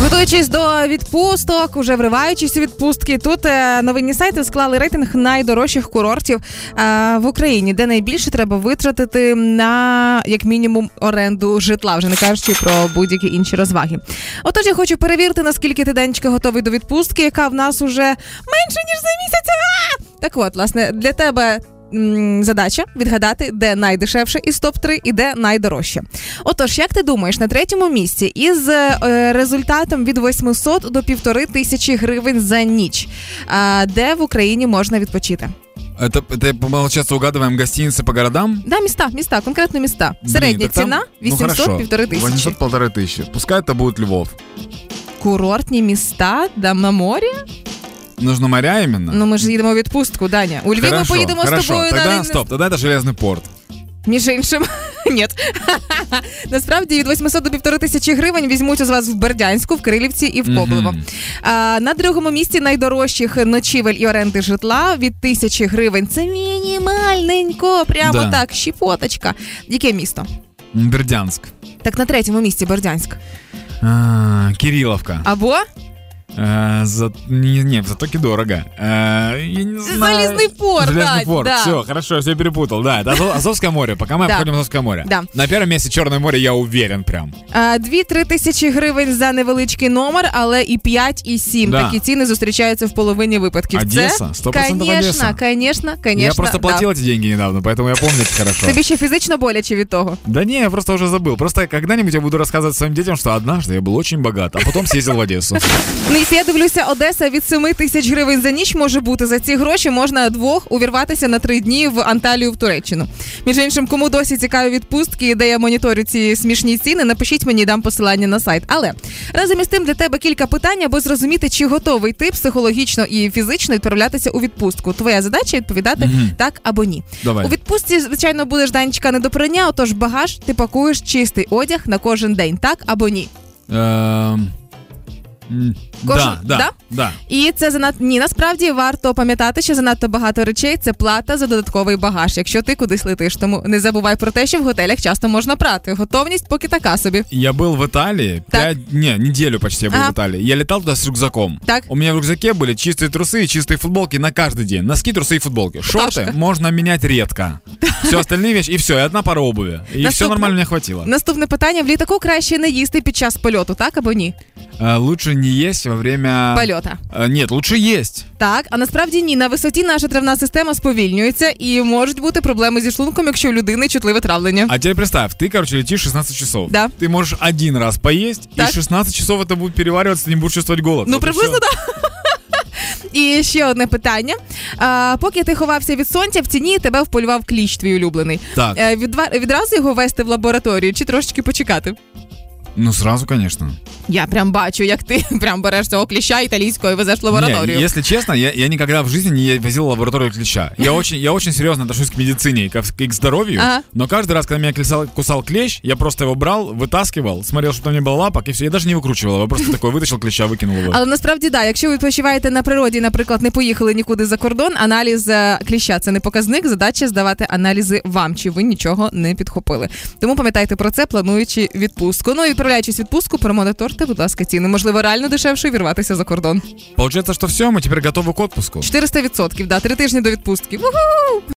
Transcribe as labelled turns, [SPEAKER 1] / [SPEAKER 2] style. [SPEAKER 1] Готуючись до відпусток, уже вриваючись у відпустки, тут е, новинні сайти склали рейтинг найдорожчих курортів е, в Україні, де найбільше треба витратити на як мінімум оренду житла, вже не кажучи про будь-які інші розваги. Отож, я хочу перевірити, наскільки ти денечки готовий до відпустки, яка в нас уже менше ніж за місяць. А! Так от, власне, для тебе. м, Задача відгадати, де найдешевше із топ 3 і де найдорожче. Отож, як ти думаєш, на третьому місці із е, результатом від 800 до півтори тисячі гривень за ніч, а, де в Україні можна відпочити?
[SPEAKER 2] Это, это мы сейчас угадываем гостиницы по городам?
[SPEAKER 1] Да, міста, міста, конкретно міста.
[SPEAKER 2] Блин,
[SPEAKER 1] Середня
[SPEAKER 2] так там-
[SPEAKER 1] ціна
[SPEAKER 2] Ну,
[SPEAKER 1] 800
[SPEAKER 2] хорошо.
[SPEAKER 1] півтори тисячі.
[SPEAKER 3] 800 полторы тысячи. Пускай это будет Львов.
[SPEAKER 1] Курортні міста, да, на морі.
[SPEAKER 2] Нужно моря именно?
[SPEAKER 1] Ну ми ж їдемо у відпустку, Даня. У Львів ми
[SPEAKER 2] Хорошо,
[SPEAKER 1] поїдемо з
[SPEAKER 2] хорошо.
[SPEAKER 1] тобою
[SPEAKER 2] Тогда,
[SPEAKER 1] на
[SPEAKER 2] стоп, тогда это Железный порт.
[SPEAKER 1] Між іншим, ні. Насправді від 800 до півтори тисячі гривень візьмуть у вас в Бердянську, в Крилівці і в Коблево.
[SPEAKER 2] Мгм.
[SPEAKER 1] А, на другому місці найдорожчих ночівель і оренди житла від тисячі гривень. Це мінімальненько, прямо
[SPEAKER 2] Да.
[SPEAKER 1] так, щіпоточка. Яке місто?
[SPEAKER 2] Бердянск.
[SPEAKER 1] Так на третьому місці Бердянськ.
[SPEAKER 2] А, Кирилловка.
[SPEAKER 1] Або
[SPEAKER 2] А, за... не, не, в Затоке дорого. А, я не знаю.
[SPEAKER 1] Залізний порт.
[SPEAKER 2] Железный
[SPEAKER 1] Дань,
[SPEAKER 2] порт.
[SPEAKER 1] да.
[SPEAKER 2] Все, хорошо, я все перепутал. Да, это Азов- Азовское море. Пока мы
[SPEAKER 1] Да.
[SPEAKER 2] обходим Азовское море.
[SPEAKER 1] Да.
[SPEAKER 2] На первом месте Черное море, я уверен прям.
[SPEAKER 1] А, 2-3 тисячі гривень за невеличкий номер, але і 5, і 7.
[SPEAKER 2] Да.
[SPEAKER 1] Такі ціни зустрічаються в половині випадків.
[SPEAKER 2] Одеса?
[SPEAKER 1] Це,
[SPEAKER 2] 100%
[SPEAKER 1] конечно,
[SPEAKER 2] Одеса.
[SPEAKER 1] конечно, конечно.
[SPEAKER 2] я просто
[SPEAKER 1] да.
[SPEAKER 2] платил эти деньги недавно, поэтому я помню это хорошо.
[SPEAKER 1] Тобі ще фізично боляче від того.
[SPEAKER 2] Да не, я просто уже забыл. Просто когда-нибудь я буду рассказывать своим детям, что однажды я был очень богат, а потом съездил в Одессу.
[SPEAKER 1] Ну, якщо я дивлюся, Одеса від 7 тисяч гривень за ніч може бути. За ці гроші можна двох увірватися на три дні в Анталію в Туреччину. Між іншим, кому досі цікаві відпустки, де я моніторю ці смішні ціни, напишіть мені, дам посилання на сайт. Але разом із тим для тебе кілька питань, аби зрозуміти, чи готовий ти психологічно і фізично відправлятися у відпустку. Твоя задача відповідати
[SPEAKER 2] Мгм.
[SPEAKER 1] так або ні.
[SPEAKER 2] Давай.
[SPEAKER 1] У відпустці, звичайно, будеш данечка не до прання, отож багаж ти пакуєш чистий одяг на кожен день, так або ні.
[SPEAKER 2] Эм, м, Да,
[SPEAKER 1] Кожен- да?
[SPEAKER 2] да, да.
[SPEAKER 1] І це занадто ні, насправді варто пам'ятати, що занадто багато речей це плата за додатковий багаж, якщо ти кудись летиш. Тому не забувай про те, що в готелях часто можна прати. Готовність поки така собі.
[SPEAKER 2] Я был в Италии,
[SPEAKER 1] Так.
[SPEAKER 2] пять- не, неделю почти я был
[SPEAKER 1] Ага.
[SPEAKER 2] в Италии. Я летал туда с рюкзаком.
[SPEAKER 1] Так.
[SPEAKER 2] У меня в рюкзаке были чистые трусы и чистые футболки на каждый день. Носки, трусы и футболки. Шорты
[SPEAKER 1] Ташка.
[SPEAKER 2] можно менять редко. Все остальные вещи, и все, и одна пара обуви. И
[SPEAKER 1] Наступно.
[SPEAKER 2] все нормально мне хватило.
[SPEAKER 1] Наступне питання: в літаку краще не їсти під час польоту, так або ні?
[SPEAKER 2] Э, Лучше не есть во время...
[SPEAKER 1] Польота.
[SPEAKER 2] Э, Нет, лучше есть.
[SPEAKER 1] Так, а насправді ні. На висоті наша травна система сповільнюється і можуть бути проблеми зі шлунком, якщо у людини чутливе травлення.
[SPEAKER 2] А теперь представь, ты, короче, летишь 16 часов.
[SPEAKER 1] Да.
[SPEAKER 2] Ты можешь один раз поесть,
[SPEAKER 1] Так.
[SPEAKER 2] и 16 часов это будет перевариваться, ты не будешь чувствовать голод.
[SPEAKER 1] Ну,
[SPEAKER 2] Вот и
[SPEAKER 1] приблизно
[SPEAKER 2] всё.
[SPEAKER 1] так. І ще одне питання. А, поки ти ховався від сонця, в ціні тебе вполював кліщ твій улюблений.
[SPEAKER 2] Так.
[SPEAKER 1] Е, відва- відразу його вести в лабораторію чи трошечки почекати?
[SPEAKER 2] Ну, сразу, конечно.
[SPEAKER 1] Я прям бачу, як ти прям береш цього кліща італійського і везеш в лабораторію.
[SPEAKER 2] Не, если честно, я, я никогда в жизни не возил в лабораторию клеща. Я очень, я очень серьезно отношусь к медицине и ко вс- и к, здоровью,
[SPEAKER 1] Ага.
[SPEAKER 2] но каждый раз, когда меня кусал, кусал клещ, я просто его брал, вытаскивал, смотрел, чтобы там не было лапок, и все. Я даже не выкручивал его, я просто такой вытащил клеща, выкинул его.
[SPEAKER 1] Але насправді да, якщо ви відпочиваєте на природі, наприклад, не поїхали нікуди за кордон, аналіз е, кліща це не показник. Задача здавати аналізи вам, чи ви нічого не підхопили. Тому пам'ятайте про це, плануючи відпустку. Ну і відправляючись в відпустку, промоніторте, будь ласка, ціни. Можливо, реально дешевше вірватися за кордон.
[SPEAKER 2] Получается, что все, мы теперь готовы к отпуску.
[SPEAKER 1] 400%, да, три тижні до відпустки. Уху!